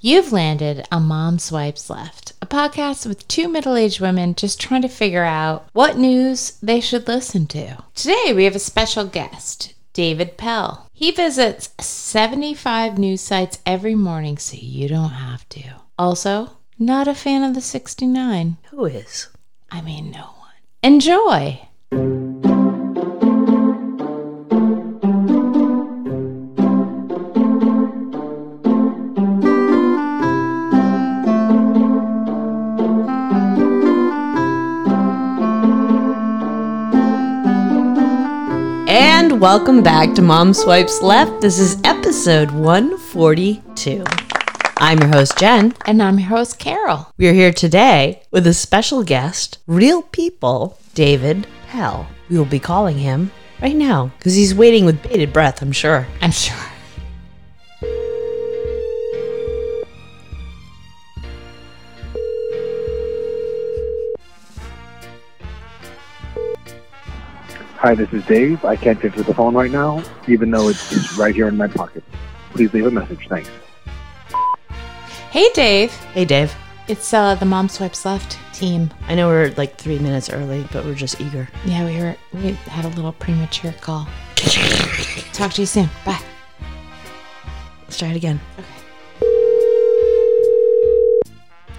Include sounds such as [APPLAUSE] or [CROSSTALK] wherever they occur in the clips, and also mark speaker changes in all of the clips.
Speaker 1: You've landed on Mom Swipes Left, a podcast with two middle aged women just trying to figure out what news they should listen to. Today, we have a special guest, David Pell. He visits 75 news sites every morning, so you don't have to. Also, not a fan of the 69.
Speaker 2: Who is?
Speaker 1: I mean, no one. Enjoy!
Speaker 2: And welcome back to Mom Swipes Left. This is episode 142. I'm your host, Jen.
Speaker 1: And I'm your host, Carol.
Speaker 2: We are here today with a special guest, real people, David Pell. We will be calling him right now because he's waiting with bated breath, I'm sure.
Speaker 1: I'm sure.
Speaker 3: Hi, this is Dave. I can't answer the phone right now, even though it's, it's right here in my pocket. Please leave a message. Thanks.
Speaker 1: Hey, Dave.
Speaker 2: Hey, Dave.
Speaker 1: It's uh, the Mom Swipes Left team.
Speaker 2: I know we're like three minutes early, but we're just eager.
Speaker 1: Yeah, we were we had a little premature call. Talk to you soon. Bye.
Speaker 2: Let's try it again.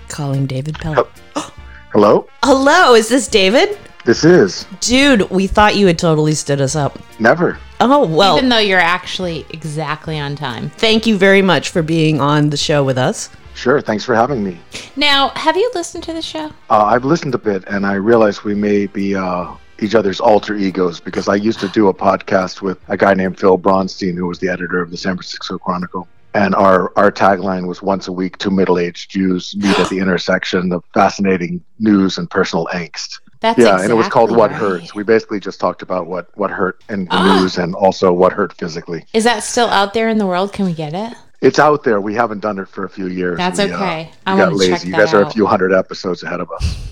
Speaker 2: Calling David Pell.
Speaker 3: Oh. Hello?
Speaker 2: Hello, is this David?
Speaker 3: This is.
Speaker 2: Dude, we thought you had totally stood us up.
Speaker 3: Never.
Speaker 2: Oh, well.
Speaker 1: Even though you're actually exactly on time.
Speaker 2: thank you very much for being on the show with us.
Speaker 3: Sure, thanks for having me.
Speaker 1: Now, have you listened to the show?
Speaker 3: Uh, I've listened a bit, and I realize we may be uh, each other's alter egos because I used to do a podcast with a guy named Phil Bronstein, who was the editor of the San Francisco Chronicle. And our, our tagline was once a week, two middle aged Jews meet at the intersection of fascinating news and personal angst.
Speaker 1: That's
Speaker 3: yeah, and it was called
Speaker 1: exactly
Speaker 3: What
Speaker 1: right.
Speaker 3: Hurts. We basically just talked about what, what hurt in the
Speaker 1: Ah.
Speaker 3: news and also what hurt physically.
Speaker 1: Is that still out there in the world? Can we get it?
Speaker 3: It's out there. We haven't done it for a few years.
Speaker 1: That's
Speaker 3: We, uh,
Speaker 1: okay.
Speaker 3: we
Speaker 1: I
Speaker 3: got
Speaker 1: want to
Speaker 3: lazy.
Speaker 1: check
Speaker 3: you
Speaker 1: that
Speaker 3: guys are a
Speaker 1: out.
Speaker 3: few hundred episodes ahead of us.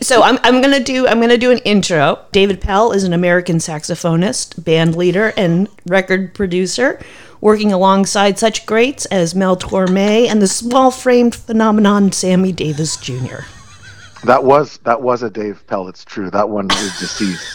Speaker 2: So I'm, I'm gonna do I'm gonna do an intro. David Pell is an American saxophonist, band leader, and record producer, working alongside such greats as Mel Torme and the small framed phenomenon Sammy Davis Jr.
Speaker 3: That was that was a Dave Pell. It's true. That one is deceased.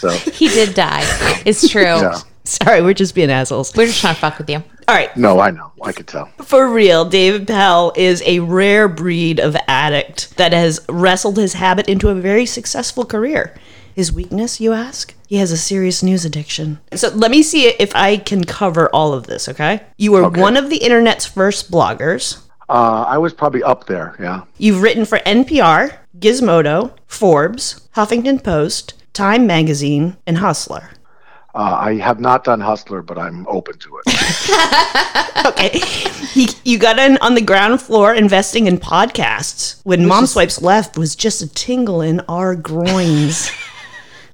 Speaker 1: [LAUGHS]
Speaker 3: So
Speaker 1: He did
Speaker 3: [LAUGHS]
Speaker 1: die. It's true.
Speaker 3: yeah.
Speaker 2: [LAUGHS] Sorry, we're just being assholes.
Speaker 1: We're just trying to fuck with you.
Speaker 2: All right,
Speaker 3: No, I know. I could tell.
Speaker 2: For real, David Pell is a rare breed of addict that has wrestled his habit into a very successful career. His weakness, you ask? He has a serious news addiction. So let me see if I can cover all of this, okay? You were one of the internet's first bloggers.
Speaker 3: Uh, I was probably up there. Yeah.
Speaker 2: You've written for NPR, Gizmodo, Forbes, Huffington Post, Time Magazine, and Hustler.
Speaker 3: Uh, I have not done Hustler, but I'm open to it.
Speaker 2: Okay. he, you got in on the ground floor investing in podcasts when Mom Swipes left was just a tingle in our groins.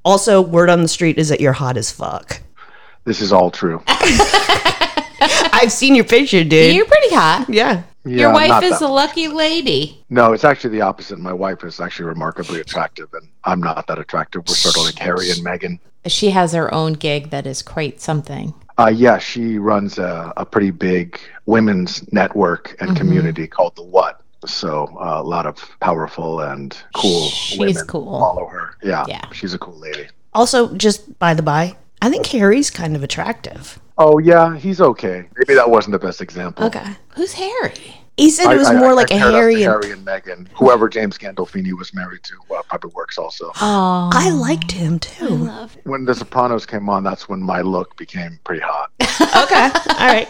Speaker 2: also, word on the street is that you're hot as fuck.
Speaker 3: this is all true.
Speaker 2: I've seen your picture, dude.
Speaker 1: You're pretty hot.
Speaker 2: yeah.
Speaker 3: Yeah,
Speaker 1: [LAUGHS] Your wife
Speaker 3: not
Speaker 1: is
Speaker 3: that-
Speaker 1: a lucky lady.
Speaker 3: No, it's actually the opposite. My wife is actually remarkably attractive, and I'm not that attractive. We're sort of like Harry and Meghan.
Speaker 1: She has her own gig that is quite something.
Speaker 3: Uh, yeah, she runs a, a pretty big women's network
Speaker 2: Mm-hmm.
Speaker 3: and community called The What. So uh, a lot of powerful and cool
Speaker 1: She's
Speaker 3: women
Speaker 1: cool.
Speaker 3: follow her. Yeah,
Speaker 1: Yeah.
Speaker 3: she's a cool lady.
Speaker 2: Also, just by the by, I think Harry's kind of attractive.
Speaker 3: Oh yeah, he's okay. Maybe that wasn't the best example.
Speaker 2: Okay.
Speaker 1: Who's Harry?
Speaker 2: He said it was more like a
Speaker 3: compared us
Speaker 2: Harry.
Speaker 3: to
Speaker 2: And-
Speaker 3: Harry and Meghan. Whoever James Gandolfini was married to uh, probably works also.
Speaker 1: Oh,
Speaker 2: I liked him too.
Speaker 3: When The Sopranos came on, that's when my look became pretty hot. [LAUGHS]
Speaker 2: okay. All right.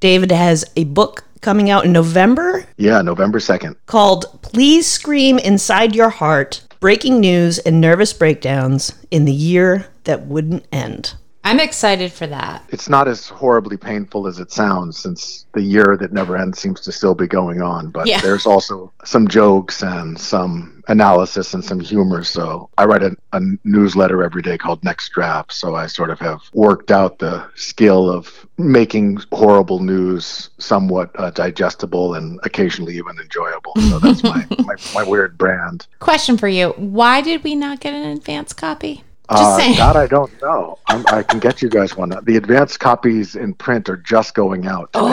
Speaker 2: David has a book coming out in November.
Speaker 3: Yeah, November second.
Speaker 2: called Please Scream Inside Your Heart Breaking News and Nervous Breakdowns in the Year That Wouldn't End.
Speaker 1: I'm excited for that.
Speaker 3: It's not as horribly painful as it sounds, since the year that never ends seems to still be going on. But
Speaker 1: Yeah.
Speaker 3: there's also some jokes and some analysis and some humor. So I write a, a newsletter every day called Next Draft. So I sort of have worked out the skill of making horrible news somewhat uh, digestible and occasionally even enjoyable. So
Speaker 1: [LAUGHS]
Speaker 3: that's my, my, my weird brand.
Speaker 1: Question for you Why did we not get an advance copy? Just
Speaker 3: Uh,
Speaker 1: saying.
Speaker 3: that I don't know. I'm, I can get you guys one. The advanced copies in print are just going out. Today.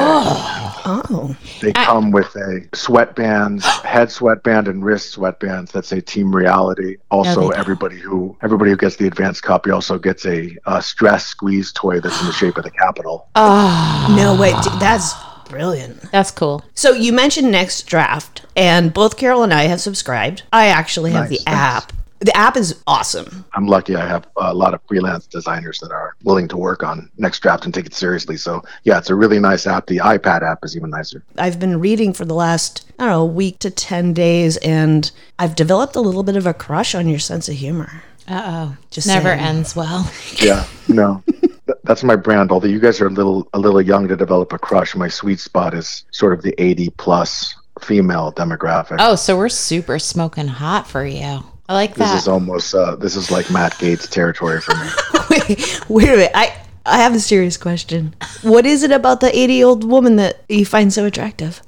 Speaker 2: Oh,
Speaker 3: They
Speaker 1: I-
Speaker 3: come with a sweatbands, head sweatband, and wrist sweatbands that say Team Reality. Also,
Speaker 2: they do.
Speaker 3: everybody who everybody who gets the advanced copy also gets a, uh stress squeeze toy that's in the shape of the capital.
Speaker 2: no way. D- That's brilliant.
Speaker 1: That's cool.
Speaker 2: So you mentioned Next Draft, and both Carol and I have subscribed. I actually have
Speaker 3: Nice,
Speaker 2: the
Speaker 3: thanks.
Speaker 2: app. The app is awesome.
Speaker 3: I'm lucky I have a lot of freelance designers that are willing to work on Next Draft and take it seriously. So yeah, it's a really nice app. The iPad app is even nicer.
Speaker 2: I've been reading for the last, I don't know, week to 10 days, and I've developed a little bit of a crush on your sense of humor.
Speaker 1: Uh oh. Just
Speaker 2: Just
Speaker 1: never
Speaker 2: saying.
Speaker 1: ends well.
Speaker 3: Yeah, no. [LAUGHS] Th- That's my brand. Although you guys are a little a little young to develop a crush, my sweet spot is sort of the 80 plus female demographic.
Speaker 1: [LAUGHS] Oh, so we're super smoking hot for you. I like
Speaker 3: This
Speaker 1: that.
Speaker 3: is almost uh, this is like Matt Gates territory for me. [LAUGHS]
Speaker 2: wait, wait a minute. I, I have a serious question. What is it about the 80 year old woman that you find so attractive?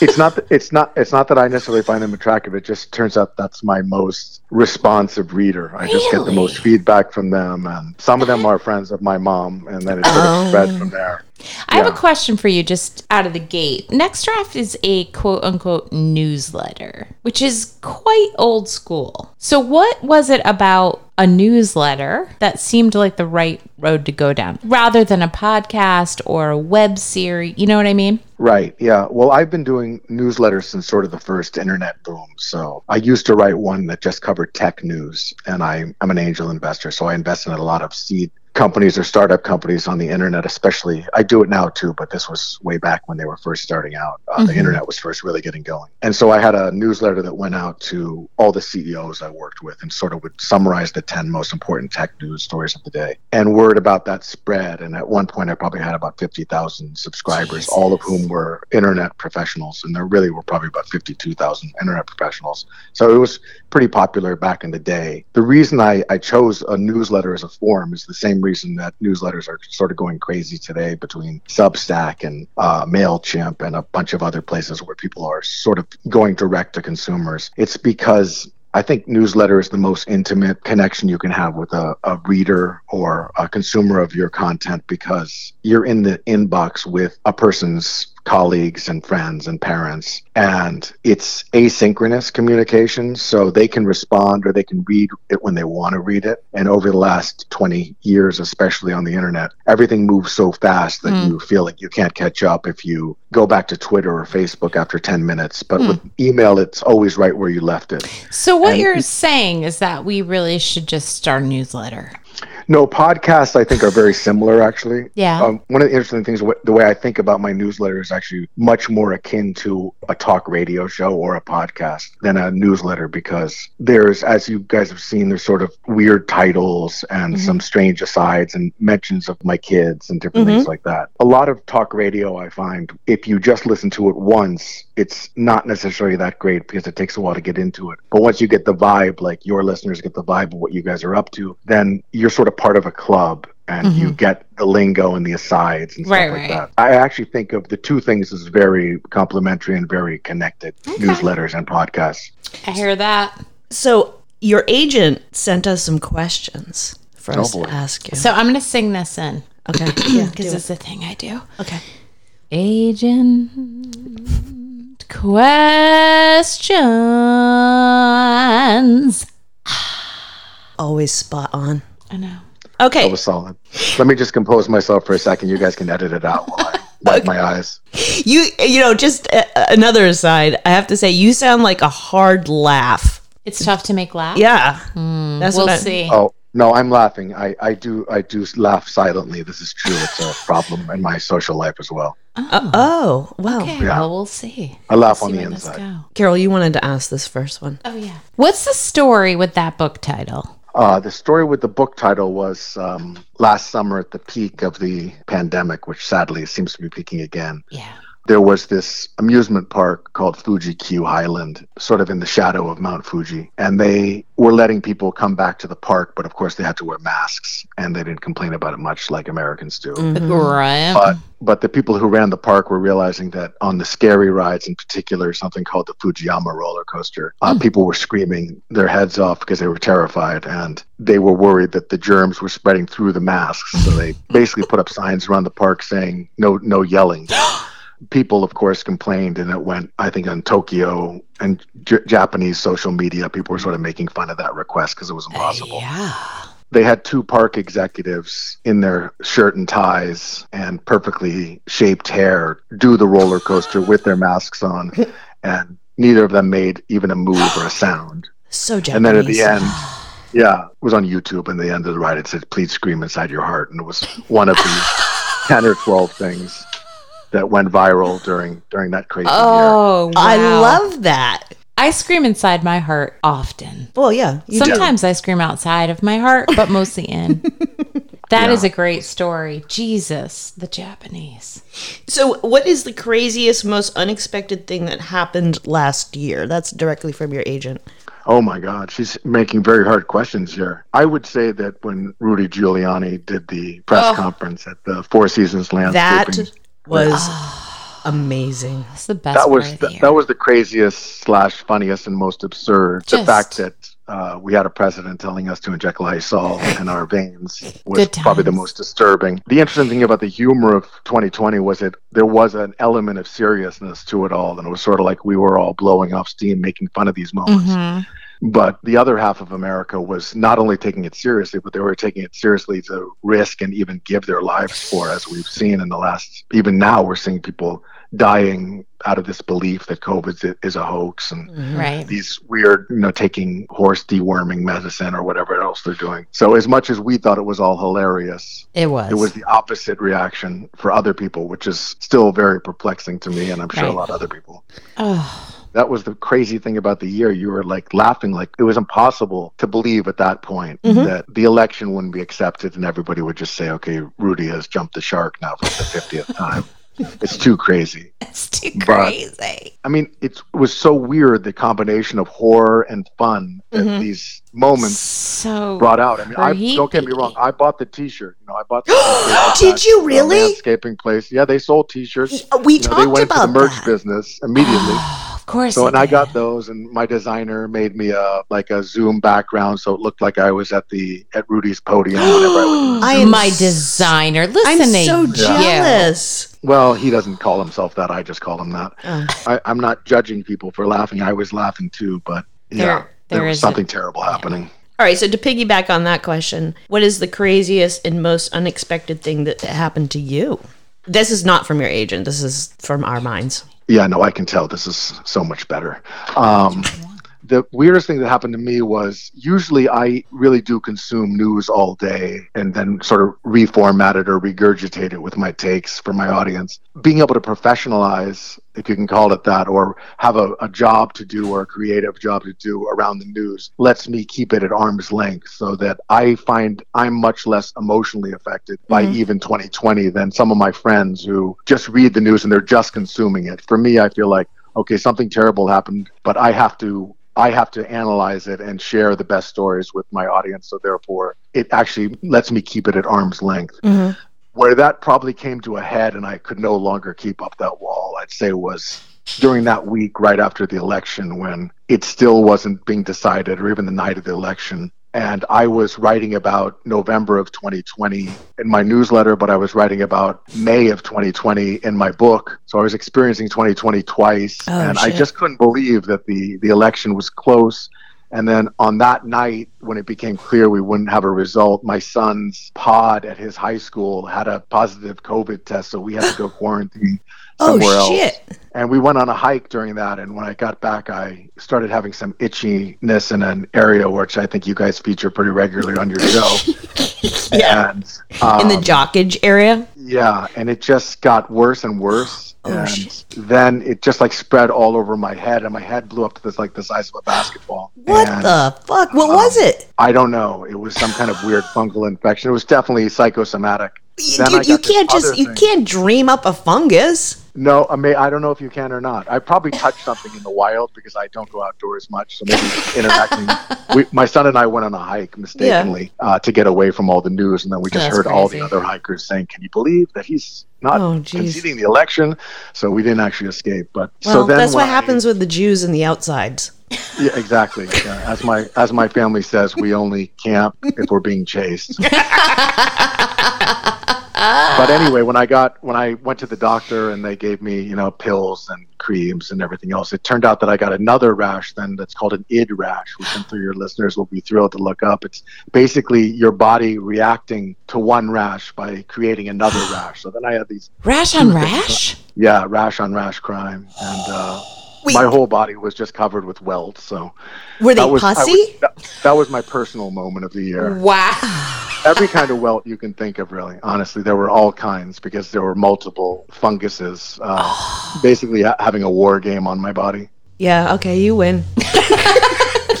Speaker 3: it's not it's not it's not that I necessarily find them attractive. It just turns out that's my most responsive reader. I just get the most feedback from them, and some of them are friends of my mom, and then it sort of spread from there.
Speaker 1: I have a question for you just out of the gate. Next Draft is a quote unquote newsletter, which is quite old school. So, what was it about a newsletter that seemed like the right road to go down rather than a podcast or a web series? You know what I mean?
Speaker 3: Right. Yeah. Well, I've been doing newsletters since sort of the first internet boom. So I used to write one that just covered tech news, and I, I'm an angel investor. So I invest in a lot of seed companies or startup companies on the internet, especially. I do it now too, but this was way back when they were first starting out. Uh, The internet was first really getting going. And so I had a newsletter that went out to all the CEOs I worked with and sort of would summarize the 10 most important tech news stories of the day. And word about that spread. And at one point, I probably had about 50,000 subscribers, all of whom were internet professionals. And there really were probably about 52,000 internet professionals. So it was pretty popular back in the day. The reason I, I chose a newsletter as a form is the same reason that newsletters are sort of going crazy today between Substack and uh, MailChimp and a bunch of other places where people are sort of going direct to consumers. It's because I think newsletter is the most intimate connection you can have with a, a reader or a consumer of your content because you're in the inbox with a person's colleagues and friends and parents. And it's asynchronous communication, so they can respond or they can read it when they want to read it. And over the last 20 years, especially on the internet, everything moves so fast that you feel like you can't catch up if you go back to Twitter or Facebook after 10 minutes. But with email, it's always right where you left it.
Speaker 1: So, what you're saying is that we really should just start a newsletter.
Speaker 3: No, podcasts I think are very similar actually.
Speaker 1: Yeah.
Speaker 3: Um, one of the interesting things, wh- the way I think about my newsletter is actually much more akin to a talk radio show or a podcast than a newsletter because there's, as you guys have seen, there's sort of weird titles and some strange asides and mentions of my kids and different things like that. A lot of talk radio, I find, if you just listen to it once, it's not necessarily that great because it takes a while to get into it. But once you get the vibe, like your listeners get the vibe of what you guys are up to, then you're sort of part of a club and you get the lingo and the asides and stuff
Speaker 1: Mm-hmm. Right,
Speaker 3: like
Speaker 1: right.
Speaker 3: that. I actually think of the two things as very complementary and very connected newsletters and podcasts.
Speaker 1: I hear that.
Speaker 2: So your agent sent us some questions for us
Speaker 3: Oh, boy.
Speaker 2: to ask you.
Speaker 1: So, I'm going to sing this in
Speaker 2: [COUGHS] okay. Yeah, do
Speaker 1: because
Speaker 2: it.
Speaker 1: it's a thing I do.
Speaker 2: Okay.
Speaker 1: Agent questions.
Speaker 2: Always spot on.
Speaker 1: I know.
Speaker 2: Okay.
Speaker 3: That was solid. Let me just compose myself for a second. You guys can edit it out while I
Speaker 1: [LAUGHS]
Speaker 3: wipe my eyes.
Speaker 2: You you know just uh, another aside. I have to say you sound like a hard laugh. Hmm.
Speaker 1: It's tough to make laugh.
Speaker 2: Yeah, that's
Speaker 1: We'll
Speaker 2: what I-
Speaker 1: see.
Speaker 3: Oh no, I'm laughing. I, I do I do laugh silently. This is true. It's a problem in my social life as well.
Speaker 2: Oh wow,
Speaker 1: okay,
Speaker 3: yeah.
Speaker 1: well, we'll see.
Speaker 3: I laugh
Speaker 1: We'll
Speaker 3: on
Speaker 1: see
Speaker 3: the
Speaker 1: where this
Speaker 3: inside.
Speaker 1: go.
Speaker 2: Carol, you wanted to ask this first one.
Speaker 1: Oh, yeah. What's the story with that book title?
Speaker 3: Uh, the story with the book title was um, last summer at the peak of the pandemic, which sadly seems to be peaking again.
Speaker 1: Yeah.
Speaker 3: there was this amusement park called Fuji Q Highland, sort of in the shadow of Mount Fuji. And they were letting people come back to the park, but of course they had to wear masks and they didn't complain about it much like Americans do.
Speaker 2: Mm-hmm.
Speaker 1: Right.
Speaker 3: But but the people who ran the park were realizing that on the scary rides in particular, something called the Fujiyama roller coaster, uh, people were screaming their heads off because they were terrified and they were worried that the germs were spreading through the masks. So they basically put up signs around the park saying no no yelling. People, of course, complained, and it went, I think, on Tokyo and J- Japanese social media. People were sort of making fun of that request because it was impossible
Speaker 2: Yeah.
Speaker 3: they had two park executives in their shirt and ties and perfectly shaped hair do the roller coaster with their masks on and neither of them made even a move or a sound
Speaker 2: So Japanese.
Speaker 3: and then at the end yeah it was on youtube and the end of the ride it said please scream inside your heart and it was one of the 10 or 12 things that went viral during during that crazy year
Speaker 1: Oh, wow.
Speaker 2: I love that.
Speaker 1: I scream inside my heart often.
Speaker 2: Well, yeah. You do.
Speaker 1: Sometimes I scream outside of my heart, but mostly
Speaker 2: [LAUGHS]
Speaker 1: in. That is a great story. Jesus, the Japanese.
Speaker 2: So, what is the craziest, most unexpected thing that happened last year? That's directly from your agent.
Speaker 3: Oh my God, she's making very hard questions here. I would say that when Rudy Giuliani did the press conference at the Four Seasons
Speaker 2: That
Speaker 3: landscaping,
Speaker 2: was amazing.
Speaker 1: That's the best.
Speaker 3: that was
Speaker 1: part of
Speaker 3: the,
Speaker 1: the year.
Speaker 3: that was the craziest slash funniest and most absurd. the
Speaker 1: Just-
Speaker 3: fact that uh, we had a president telling us to inject Lysol in our veins
Speaker 1: [LAUGHS]
Speaker 3: was
Speaker 1: Good
Speaker 3: probably the
Speaker 1: times.
Speaker 3: most disturbing. The interesting thing about the humor of 2020 was that there was an element of seriousness to it all, and it was sort of like we were all blowing off steam, making fun of these moments.
Speaker 1: Mhm.
Speaker 3: But the other half of America was not only taking it seriously, but they were taking it seriously to risk and even give their lives for, as we've seen in the last, even now, we're seeing people dying out of this belief that COVID is- is a hoax and
Speaker 1: right.
Speaker 3: [LAUGHS] these weird, you know, taking horse deworming medicine or whatever else they're doing. So, as much as we thought it was all hilarious,
Speaker 2: It was.
Speaker 3: it was the opposite reaction for other people, which is still very perplexing to me, and I'm sure a
Speaker 1: Right.
Speaker 3: lot of other people
Speaker 1: Oh,
Speaker 3: that was the crazy thing about the year. You were like laughing, like it was impossible to believe at that point
Speaker 2: Mm-hmm.
Speaker 3: that the election wouldn't be accepted and everybody would just say, okay, Rudy has jumped the shark now for the 50th
Speaker 2: [LAUGHS]
Speaker 3: time. It's too crazy.
Speaker 1: that's too
Speaker 3: But-
Speaker 1: crazy.
Speaker 3: I mean, it's, it was so weird the combination of horror and fun that
Speaker 2: Mm-hmm.
Speaker 3: these moments
Speaker 1: So
Speaker 3: brought out. I mean, I, don't get me
Speaker 1: creepy.
Speaker 3: wrong, I bought the t shirt. You know, I
Speaker 2: [GASPS]
Speaker 3: bought the t-shirt
Speaker 2: Did
Speaker 3: at
Speaker 2: you
Speaker 3: the
Speaker 2: really?
Speaker 3: Landscaping place. Yeah, they sold t shirts.
Speaker 2: we
Speaker 3: You know,
Speaker 2: talked
Speaker 3: they went
Speaker 2: about
Speaker 3: into the merch
Speaker 2: that.
Speaker 3: business
Speaker 2: [GASPS]
Speaker 3: immediately. [LAUGHS]
Speaker 1: of course.
Speaker 3: So and I
Speaker 1: it
Speaker 3: got those, and my designer made me a like a Zoom background, so it looked like I was at the at Rudy's podium whenever I
Speaker 1: [GASPS]
Speaker 3: was.
Speaker 2: I
Speaker 1: is.
Speaker 2: am
Speaker 1: my
Speaker 2: s-
Speaker 1: designer.
Speaker 2: I'm
Speaker 1: Listen to
Speaker 2: so
Speaker 1: you.
Speaker 2: jealous.
Speaker 3: Well, he doesn't call himself that. I just call him that.
Speaker 1: Uh.
Speaker 2: Oh.
Speaker 3: I, I'm not judging people for laughing. I was laughing too, but yeah,
Speaker 1: There-
Speaker 3: there,
Speaker 1: there
Speaker 3: was
Speaker 1: is a-
Speaker 3: something terrible happening.
Speaker 2: All right. So, to piggyback on that question, what is the craziest and most unexpected thing that happened to you? This is not from your agent. This is from our minds.
Speaker 3: Yeah, no, I can tell this is so much better. Um, the weirdest thing that happened to me was usually I really do consume news all day and then sort of reformat it or regurgitate it with my takes for my audience. Being able to professionalize, if you can call it that, or have a, a job to do or a creative job to do around the news lets me keep it at arm's length so that I find I'm much less emotionally affected by even 2020 than some of my friends who just read the news and they're just consuming it. For me, I feel like okay, something terrible happened, but I have to I have to analyze it and share the best stories with my audience. So therefore, it actually lets me keep it at arm's length. Where that probably came to a head, and I could no longer keep up that wall, I'd say was during that week right after the election when it still wasn't being decided, or even the night of the election. And I was writing about November of 2020 in my newsletter, but I was writing about May of 2020 in my book. So I was experiencing 2020 twice. and I
Speaker 2: shit.
Speaker 3: just couldn't believe that the, the election was close. And then on that night, when it became clear we wouldn't have a result, my son's pod at his high school had a positive COVID test. So we had to
Speaker 2: [LAUGHS]
Speaker 3: go quarantine somewhere
Speaker 2: oh
Speaker 3: else
Speaker 2: shit!
Speaker 3: and we went on a hike during that and when i got back i started having some itchiness in an area which i think you guys feature pretty regularly on your show
Speaker 2: [LAUGHS] Yeah.
Speaker 3: and, um,
Speaker 2: in the jockage area.
Speaker 3: yeah and it just got worse and worse
Speaker 2: [GASPS] Oh,
Speaker 3: and
Speaker 2: shit.
Speaker 3: then it just like spread all over my head and my head blew up to this like the size of a basketball
Speaker 2: What
Speaker 3: And
Speaker 2: the fuck? What was it?
Speaker 3: i don't know it was some kind of weird fungal infection it was definitely psychosomatic
Speaker 2: You,
Speaker 3: Then I
Speaker 2: you, you
Speaker 3: got this
Speaker 2: can't just
Speaker 3: other
Speaker 2: you
Speaker 3: thing.
Speaker 2: can't dream up a fungus.
Speaker 3: No, I may. I don't know if you can or not. I probably touched something in the wild because I don't go outdoors much. So maybe
Speaker 2: [LAUGHS]
Speaker 3: interacting. we, my son and I went on a hike mistakenly uh, to get away from all the news, and then we just
Speaker 1: That's
Speaker 3: heard all the
Speaker 1: crazy.
Speaker 3: other hikers saying, "Can you believe that he's not
Speaker 2: Oh, geez.
Speaker 3: conceding the election?" So we didn't actually escape. But
Speaker 2: Well,
Speaker 3: so then
Speaker 2: that's
Speaker 3: when
Speaker 2: what
Speaker 3: I-
Speaker 2: happens with the Jews and the outsides.
Speaker 3: Yeah, exactly. Yeah, as my as my family says, we only camp if we're being chased. but anyway, when I got when I went to the doctor and they gave me you know pills and creams and everything else, it turned out that I got another rash. Then that's called an id rash, which I'm sure your listeners will be thrilled to look up. It's basically your body reacting to one rash by creating another rash. So then I had these
Speaker 1: Rash on rash?
Speaker 3: yeah rash on rash crime and. Uh,
Speaker 2: Wait.
Speaker 3: my whole body was just covered with welts, so
Speaker 2: Were they
Speaker 3: that was, I
Speaker 2: pussy?
Speaker 3: was- that, that was my personal moment of the
Speaker 1: Oh.
Speaker 3: year.
Speaker 1: Wow.
Speaker 3: Every kind of welt you can think of, really. Honestly, there were all kinds because there were multiple funguses, uh, basically ha- having a war game on my body.
Speaker 2: yeah. Okay, you [LAUGHS] win.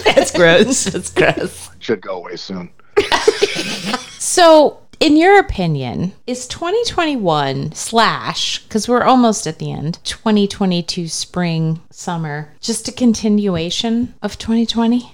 Speaker 2: that's gross.
Speaker 1: That's gross.
Speaker 3: Should go away soon.
Speaker 1: So, in your opinion, is 2021 slash, because we're almost at the end, 2022 spring, summer, just a continuation of 2020?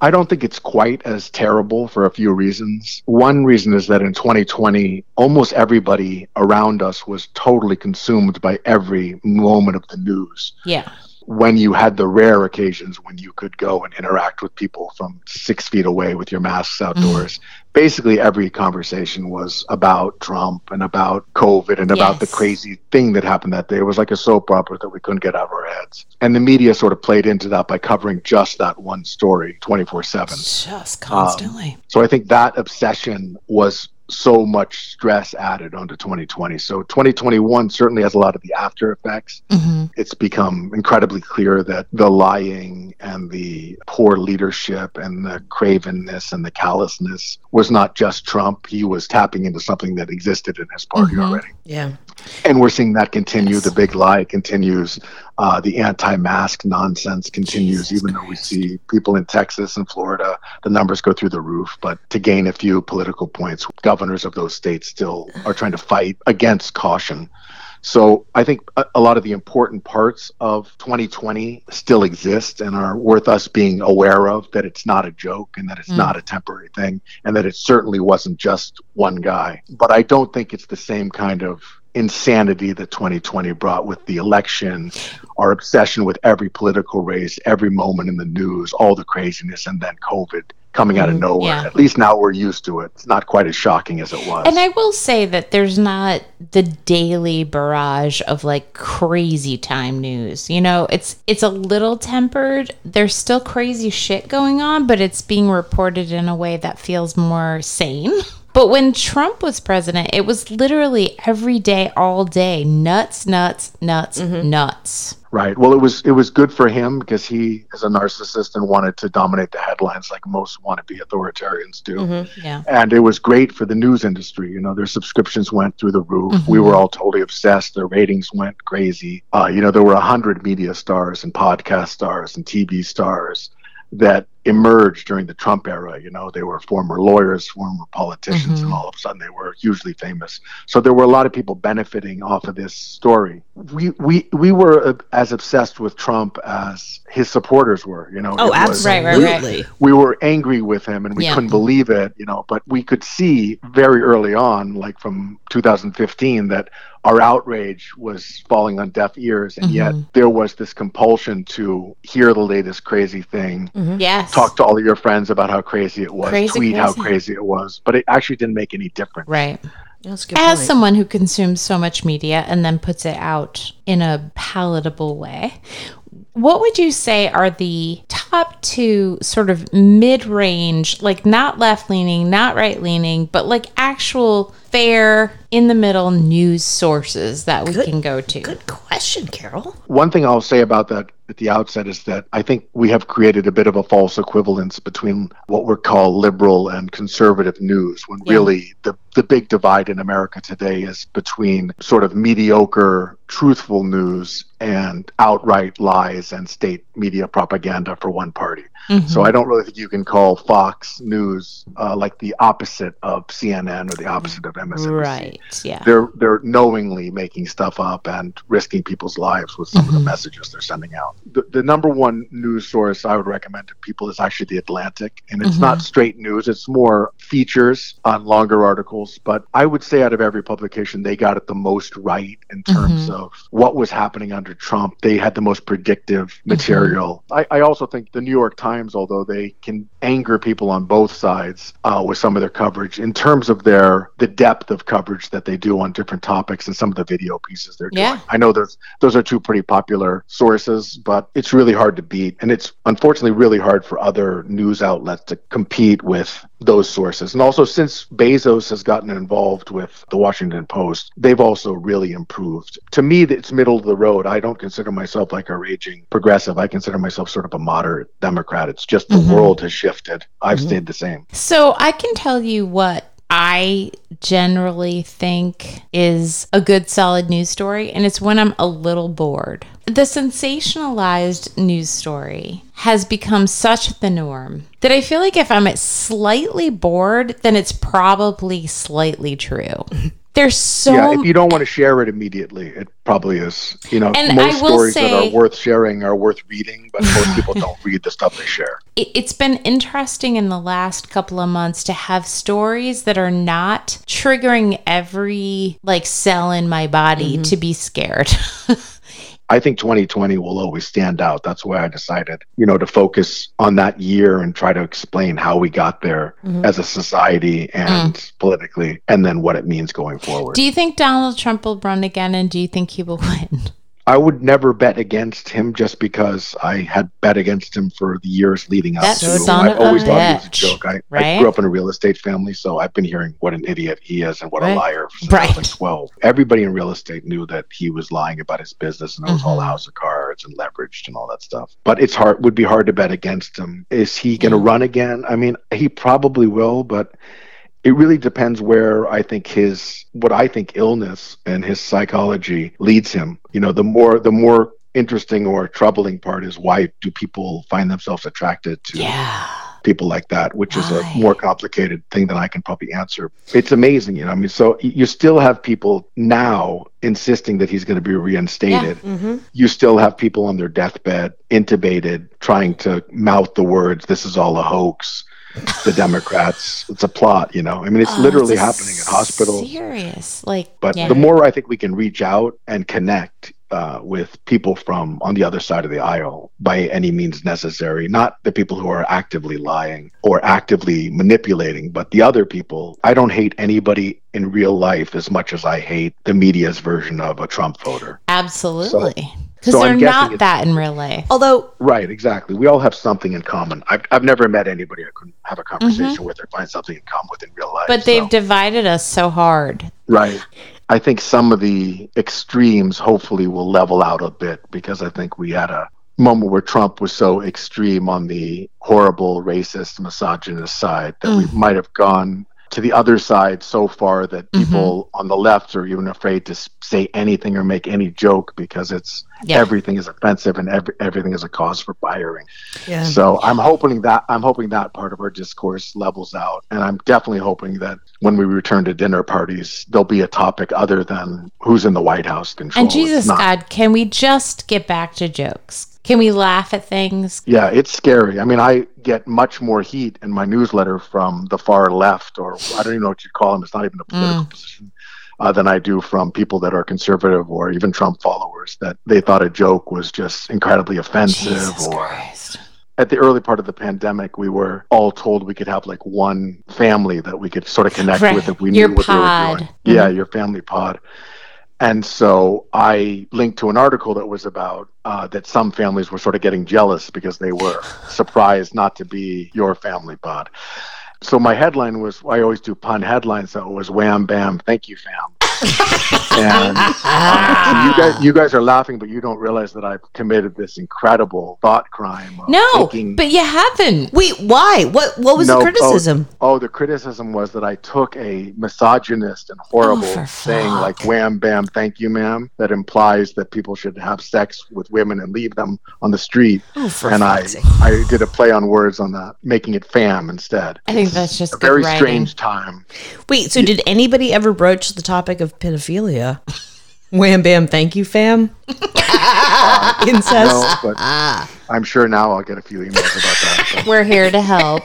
Speaker 3: I don't think it's quite as terrible for a few reasons. One reason is that in 2020, almost everybody around us was totally consumed by every moment of the news.
Speaker 1: Yeah.
Speaker 3: when you had the rare occasions when you could go and interact with people from six feet away with your masks outdoors, basically every conversation was about Trump and about COVID and about the
Speaker 1: Yes.
Speaker 3: crazy thing that happened that day. It was like a soap opera that we couldn't get out of our heads. And the media sort of played into that by covering just that one story 24 7.
Speaker 1: Just constantly.
Speaker 3: So I think that obsession was so much stress added onto 2020. So 2021 certainly has a lot of the after effects
Speaker 1: hmm
Speaker 3: it's become incredibly clear that the lying and the poor leadership and the cravenness and the callousness was not just Trump. He was tapping into something that existed in his party
Speaker 1: Mhm.
Speaker 3: already.
Speaker 2: Yeah.
Speaker 3: And we're seeing that continue.
Speaker 1: Yes.
Speaker 3: The big lie continues. Uh, the anti mask nonsense continues,
Speaker 1: Jesus
Speaker 3: even though we
Speaker 1: Christ.
Speaker 3: see people in Texas and Florida, the numbers go through the roof. But to gain a few political points, governors of those states still are trying to fight against caution. So I think a, a lot of the important parts of 2020 still exist and are worth us being aware of that it's not a joke and that it's
Speaker 1: Mm.
Speaker 3: not a temporary thing and that it certainly wasn't just one guy. But I don't think it's the same kind of insanity that 2020 brought with the election, our obsession with every political race, every moment in the news, all the craziness, and then COVID coming out of nowhere.
Speaker 1: Hmm. yeah.
Speaker 3: At least now we're used to it. It's not quite as shocking as it was.
Speaker 1: And I will say that there's not the daily barrage of like crazy time news. You know, it's it's a little tempered. There's still crazy shit going on, but it's being reported in a way that feels more sane. [LAUGHS] But when Trump was president, it was literally every day all day, nuts, nuts, nuts, nuts.
Speaker 3: Right. Well, it was it was good for him because he is a narcissist and wanted to dominate the headlines like most wannabe authoritarians do.
Speaker 1: Yeah.
Speaker 3: And it was great for the news industry. You know, their subscriptions went through the roof. We
Speaker 1: Mm-hmm.
Speaker 3: were all totally obsessed. Their ratings went crazy. Uh, you know, there were a hundred media stars and podcast stars and TV stars that emerged during the Trump era. You know, they were former lawyers, former politicians,
Speaker 1: Mm-hmm.
Speaker 3: and all of a sudden they were hugely famous. So there were a lot of people benefiting off of this story. We we we were uh, as obsessed with Trump as his supporters were. You know, It
Speaker 2: Oh,
Speaker 3: was-
Speaker 1: Right,
Speaker 2: absolutely.
Speaker 1: right, right.
Speaker 3: we were angry with him and we
Speaker 1: Yeah.
Speaker 3: couldn't believe it, you know, but we could see very early on, like from 2015, that our outrage was falling on deaf ears. And yet
Speaker 1: Mm-hmm.
Speaker 3: there was this compulsion to hear the latest crazy thing,
Speaker 2: Mm-hmm.
Speaker 1: Yes.
Speaker 3: talk to all of your friends about how crazy it was,
Speaker 1: Crazy,
Speaker 3: tweet how
Speaker 1: crazy.
Speaker 3: crazy it was. But it actually didn't make any difference.
Speaker 1: Right.
Speaker 2: That's a good.
Speaker 1: As
Speaker 2: point.
Speaker 1: someone who consumes so much media and then puts it out in a palatable way, what would you say are the top two sort of mid range, like not left leaning, not right leaning, but like actual fair in the middle news sources that we can go to?
Speaker 2: good question, Carol.
Speaker 3: One thing I'll say about that at the outset is that I think we have created a bit of a false equivalence between what we call liberal and conservative news when really the the big divide in America today is between sort of mediocre, truthful news and outright lies and state media propaganda for one party.
Speaker 1: Mhm.
Speaker 3: So I don't really think you can call Fox News uh, like the opposite of CNN or the opposite of MSNBC.
Speaker 1: right. Yeah.
Speaker 3: They're they're knowingly making stuff up and risking people's lives with some of the messages they're sending out. The, the number one news source I would recommend to people is actually the Atlantic, and it's not straight news. It's more features on longer articles. But I would say out of every publication, they got it the most right in terms of what was happening under Trump. They had the most predictive material. I, I also think the New York Times, although they can anger people on both sides uh, with some of their coverage, in terms of their the depth of coverage that they do on different topics and some of the video pieces they're
Speaker 1: Yeah.
Speaker 3: doing. I know those those are two pretty popular sources, but it's really hard to beat, and it's unfortunately really hard for other news outlets to compete with those sources. And also, since Bezos has gotten involved with the Washington Post, they've also really improved. To me, it's middle of the road. I don't consider myself like a raging progressive. I consider myself sort of a moderate Democrat. It's just the world has shifted. I've stayed the same.
Speaker 1: So I can tell you what I generally think is a good solid news story, and it's when I'm a little bored. The sensationalized news story has become such the norm that I feel like if I'm slightly bored, then it's probably slightly true. [LAUGHS] There's so
Speaker 3: Yeah, if you don't want to share it immediately, it probably is. You know,
Speaker 1: And I
Speaker 3: most
Speaker 1: will
Speaker 3: stories that
Speaker 1: say-
Speaker 3: are worth sharing are worth reading,
Speaker 1: [LAUGHS]
Speaker 3: but most people don't read the stuff they share.
Speaker 1: it, it's been interesting in the last couple of months to have stories that are not triggering every like cell in my body
Speaker 3: Mm-hmm.
Speaker 1: to be scared. [LAUGHS]
Speaker 3: I think 2020 will always stand out. That's why I decided, you know, to focus on that year and try to explain how we got there
Speaker 1: Mm-hmm.
Speaker 3: as a society and politically, and then what it means going forward.
Speaker 1: do you think Donald Trump will run again and do you think he will win?
Speaker 3: I would never bet against him just because I had bet against him for the years leading up
Speaker 1: That
Speaker 3: to.
Speaker 1: son
Speaker 3: I
Speaker 1: of
Speaker 3: always
Speaker 1: a
Speaker 3: thought he was a
Speaker 1: bitch,
Speaker 3: joke. I,
Speaker 1: right?
Speaker 3: I grew up in a real estate family, so I've been hearing what an idiot he is and what
Speaker 2: Right.
Speaker 3: a liar since I was
Speaker 1: Right.
Speaker 3: like 12. Everybody in real estate knew that he was lying about his business and it was all
Speaker 1: Mhm.
Speaker 3: house of cards and leveraged and all that stuff. But it's hard would be hard to bet against him. Is he going to
Speaker 1: Yeah.
Speaker 3: run again? I mean, he probably will, but it really depends where I think his what I think illness and his psychology leads him. You know, the more the more interesting or troubling part is why do people find themselves attracted to
Speaker 1: Yeah.
Speaker 3: people like that, which is a
Speaker 1: Why?
Speaker 3: more complicated thing than I can probably answer. It's amazing, you know. I mean, so y- you still have people now insisting that he's going to be reinstated.
Speaker 2: Mm-hmm.
Speaker 3: You still have people on their deathbed, intubated, trying to mouth the words, "This is all a hoax." the Democrats, it's a plot, you know. I mean, it's
Speaker 1: Oh,
Speaker 3: literally
Speaker 1: a
Speaker 3: happening at hospitals.
Speaker 1: Serious. Like
Speaker 3: But
Speaker 1: yeah.
Speaker 3: the more I think we can reach out and connect uh, with people from on the other side of the aisle by any means necessary, not the people who are actively lying or actively manipulating, but the other people. I don't hate anybody in real life as much as I hate the media's version of a Trump voter.
Speaker 1: Absolutely. Because
Speaker 3: so
Speaker 1: they're
Speaker 3: I'm guessing
Speaker 1: not
Speaker 3: it's- Oh,
Speaker 1: that in real life.
Speaker 2: Although
Speaker 3: Right, exactly. We all have something in common. I've, I've never met anybody I couldn't have a conversation with or find something in common with in real life.
Speaker 1: Mm-hmm. But
Speaker 3: so-
Speaker 1: they've divided us so hard.
Speaker 3: Right. I think some of the extremes hopefully will level out a bit because I think we had a moment where Trump was so extreme on the horrible, racist, misogynist side that we might have gone to the other side so far that people on the left are even afraid to s- say anything or make any joke because it's
Speaker 1: Yeah.
Speaker 3: everything is offensive and every, everything is a cause for firing.
Speaker 2: yeah. [LAUGHS]
Speaker 3: So I'm hoping that I'm hoping that part of our discourse levels out, and I'm definitely hoping that when we return to dinner parties, there'll be a topic other than who's in the White House control.
Speaker 1: And
Speaker 3: It's
Speaker 1: Jesus
Speaker 3: not-
Speaker 1: God, can we just get back to jokes? Can we laugh at things?
Speaker 3: Yeah, it's scary. I mean, I get much more heat in my newsletter from the far left, or I don't even know what you'd call them. It's not even a
Speaker 1: Mm.
Speaker 3: political position. Uh, than I do from people that are conservative or even Trump followers that they thought a joke was just incredibly offensive
Speaker 1: Jesus
Speaker 3: or
Speaker 1: Christ.
Speaker 3: at the early part of the pandemic, we were all told we could have like one family that we could sort of connect
Speaker 1: Right.
Speaker 3: with if we
Speaker 1: Your
Speaker 3: knew what
Speaker 1: pod. Mm-hmm.
Speaker 3: they were doing. Yeah, your family pod. And so I linked to an article that was about uh, that some families were sort of getting jealous because they were
Speaker 1: [LAUGHS]
Speaker 3: surprised not to be your family pod. So my headline was I always do pun headlines. So it was wham bam, thank you fam. and, and you guys, you guys are laughing, but you don't realize that I've committed this incredible thought crime. Of
Speaker 1: No,
Speaker 3: taking-
Speaker 1: but you haven't.
Speaker 2: Wait, why? What what was
Speaker 3: No,
Speaker 2: the
Speaker 3: oh,
Speaker 2: criticism?
Speaker 3: Oh, the criticism was that I took a misogynist and horrible
Speaker 1: Oh, for
Speaker 3: thing
Speaker 1: fuck.
Speaker 3: like "wham bam, thank you, ma'am," that implies that people should have sex with women and leave them on the street.
Speaker 2: Oh, for
Speaker 3: and I,
Speaker 2: fuck's sake.
Speaker 3: I did a play on words on that, making it "fam" instead.
Speaker 1: I think that's just
Speaker 3: A very
Speaker 1: good writing.
Speaker 3: strange
Speaker 2: [LAUGHS]
Speaker 3: time.
Speaker 2: Wait, so did anybody ever broach the topic of pedophilia? [LAUGHS] Wham bam, thank you,
Speaker 3: [LAUGHS]
Speaker 2: fam. [LAUGHS] Incest.
Speaker 3: No, but I'm sure now I'll get a few emails about that.
Speaker 2: [LAUGHS]
Speaker 3: so,
Speaker 1: We're here to help.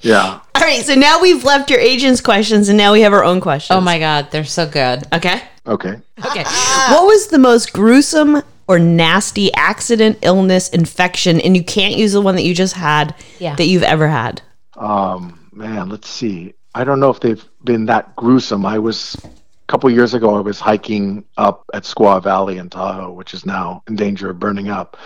Speaker 3: yeah.
Speaker 2: All right, so now we've left your agent's questions and now we have our own questions.
Speaker 1: Oh my god, they're so good.
Speaker 2: Okay.
Speaker 3: Okay. [LAUGHS]
Speaker 1: Okay.
Speaker 2: Uh, What was the most gruesome or nasty accident, illness, infection, and you can't use the one that you just had
Speaker 1: Yeah.
Speaker 2: that you've ever had?
Speaker 3: Um, man, let's see. I don't know if they've been that gruesome. I was a couple years ago. I was hiking up at Squaw Valley in Tahoe, which is now in danger of burning up.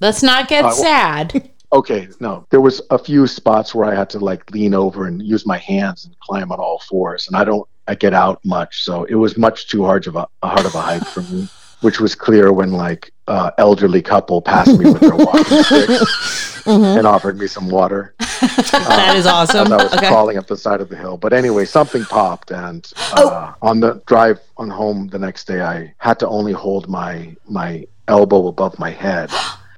Speaker 1: Let's not get sad.
Speaker 3: Okay, no, there was a few spots where I had to like lean over and use my hands and climb on all fours, and I don't. I get out much, so it was much too hard of a hard of a hike for me, which was clear when like uh, elderly couple passed me with their walking sticks and offered me some water.
Speaker 2: that is
Speaker 3: [LAUGHS]
Speaker 2: awesome.
Speaker 3: I was
Speaker 2: Okay.
Speaker 3: crawling up the side of the hill. But anyway, something popped, and uh,
Speaker 1: Oh.
Speaker 3: on the drive on home the next day, I had to only hold my my elbow above my
Speaker 1: [GASPS]
Speaker 3: head.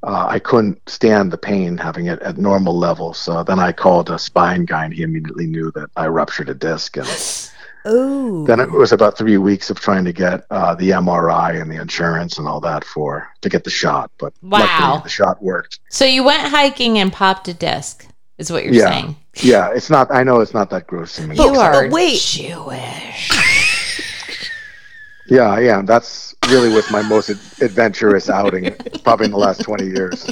Speaker 3: Uh, I couldn't stand the pain having it at normal level. So then I called a spine guy, and he immediately knew that I ruptured a disc. And
Speaker 1: [GASPS]
Speaker 2: Oh.
Speaker 3: then it was about three weeks of trying to get uh, the MRI and the insurance and all that for to get the shot. But
Speaker 1: Wow.
Speaker 3: luckily, the shot worked.
Speaker 1: So you went hiking and popped a disc, is what you're
Speaker 3: Yeah.
Speaker 1: saying.
Speaker 3: Yeah, it's not. I know it's not that gross to me.
Speaker 1: You
Speaker 2: But-
Speaker 1: are
Speaker 2: but wait.
Speaker 1: Jewish.
Speaker 3: Yeah, I am. That's really was my most ad- adventurous outing, probably in the last 20 years.